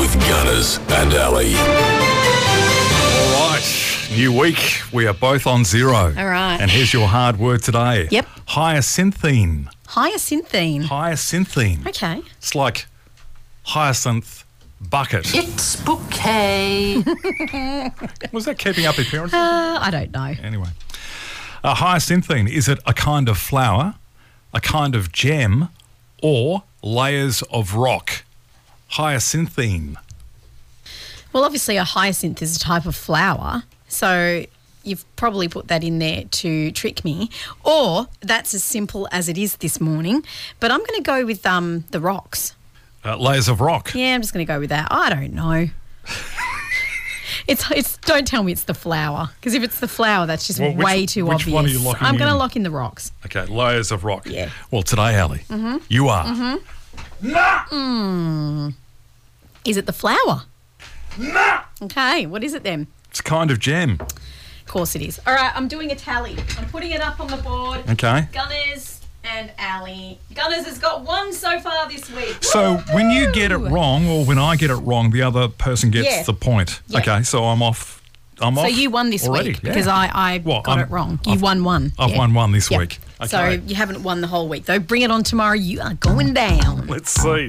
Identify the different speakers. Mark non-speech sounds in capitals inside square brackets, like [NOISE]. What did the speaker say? Speaker 1: Maz and Ali.
Speaker 2: All right, new week. We are both on zero.
Speaker 3: All right.
Speaker 2: And here's your hard word today.
Speaker 3: Yep.
Speaker 2: Hyacinthine.
Speaker 3: Hyacinthine.
Speaker 2: Hyacinthine.
Speaker 3: Okay.
Speaker 2: It's like hyacinth bucket.
Speaker 4: It's bouquet.
Speaker 2: [LAUGHS] Was that keeping up appearances?
Speaker 3: Uh, I don't know.
Speaker 2: Anyway, a hyacinthine is it a kind of flower, a kind of gem, or layers of rock? Hyacinthine.
Speaker 3: Well, obviously, a hyacinth is a type of flower. So you've probably put that in there to trick me. Or that's as simple as it is this morning. But I'm going to go with um, the rocks.
Speaker 2: Uh, layers of rock.
Speaker 3: Yeah, I'm just going to go with that. I don't know. It's, it's don't tell me it's the flower because if it's the flower that's just
Speaker 2: Well, which-
Speaker 3: way too
Speaker 2: which
Speaker 3: obvious.
Speaker 2: one are you locking
Speaker 3: I'm going to
Speaker 2: in?
Speaker 3: lock in the rocks.
Speaker 2: Okay, layers of rock.
Speaker 3: Yeah. Mm-hmm.
Speaker 2: Well, today, Ali, you are.
Speaker 3: Is it the flower? Okay, what is it then?
Speaker 2: It's a kind of gem.
Speaker 3: Of course it is. All right, I'm doing a tally. I'm putting it up on the board.
Speaker 2: Okay.
Speaker 3: Gunners and Ali. Gunners has got one so far this week.
Speaker 2: So when you get it wrong, or when I get it wrong, the other person gets
Speaker 3: Yeah.
Speaker 2: the point.
Speaker 3: Yeah.
Speaker 2: Okay, so I'm off. I'm
Speaker 3: So
Speaker 2: off.
Speaker 3: you won this
Speaker 2: already.
Speaker 3: week because
Speaker 2: yeah.
Speaker 3: I, I
Speaker 2: Well,
Speaker 3: got
Speaker 2: I'm-
Speaker 3: it wrong. You
Speaker 2: I've-
Speaker 3: won one.
Speaker 2: I've
Speaker 3: Yeah.
Speaker 2: won one this
Speaker 3: Yeah.
Speaker 2: week.
Speaker 3: So
Speaker 2: Okay.
Speaker 3: you haven't won the whole week though. Bring it on tomorrow. You are going down.
Speaker 2: Let's see.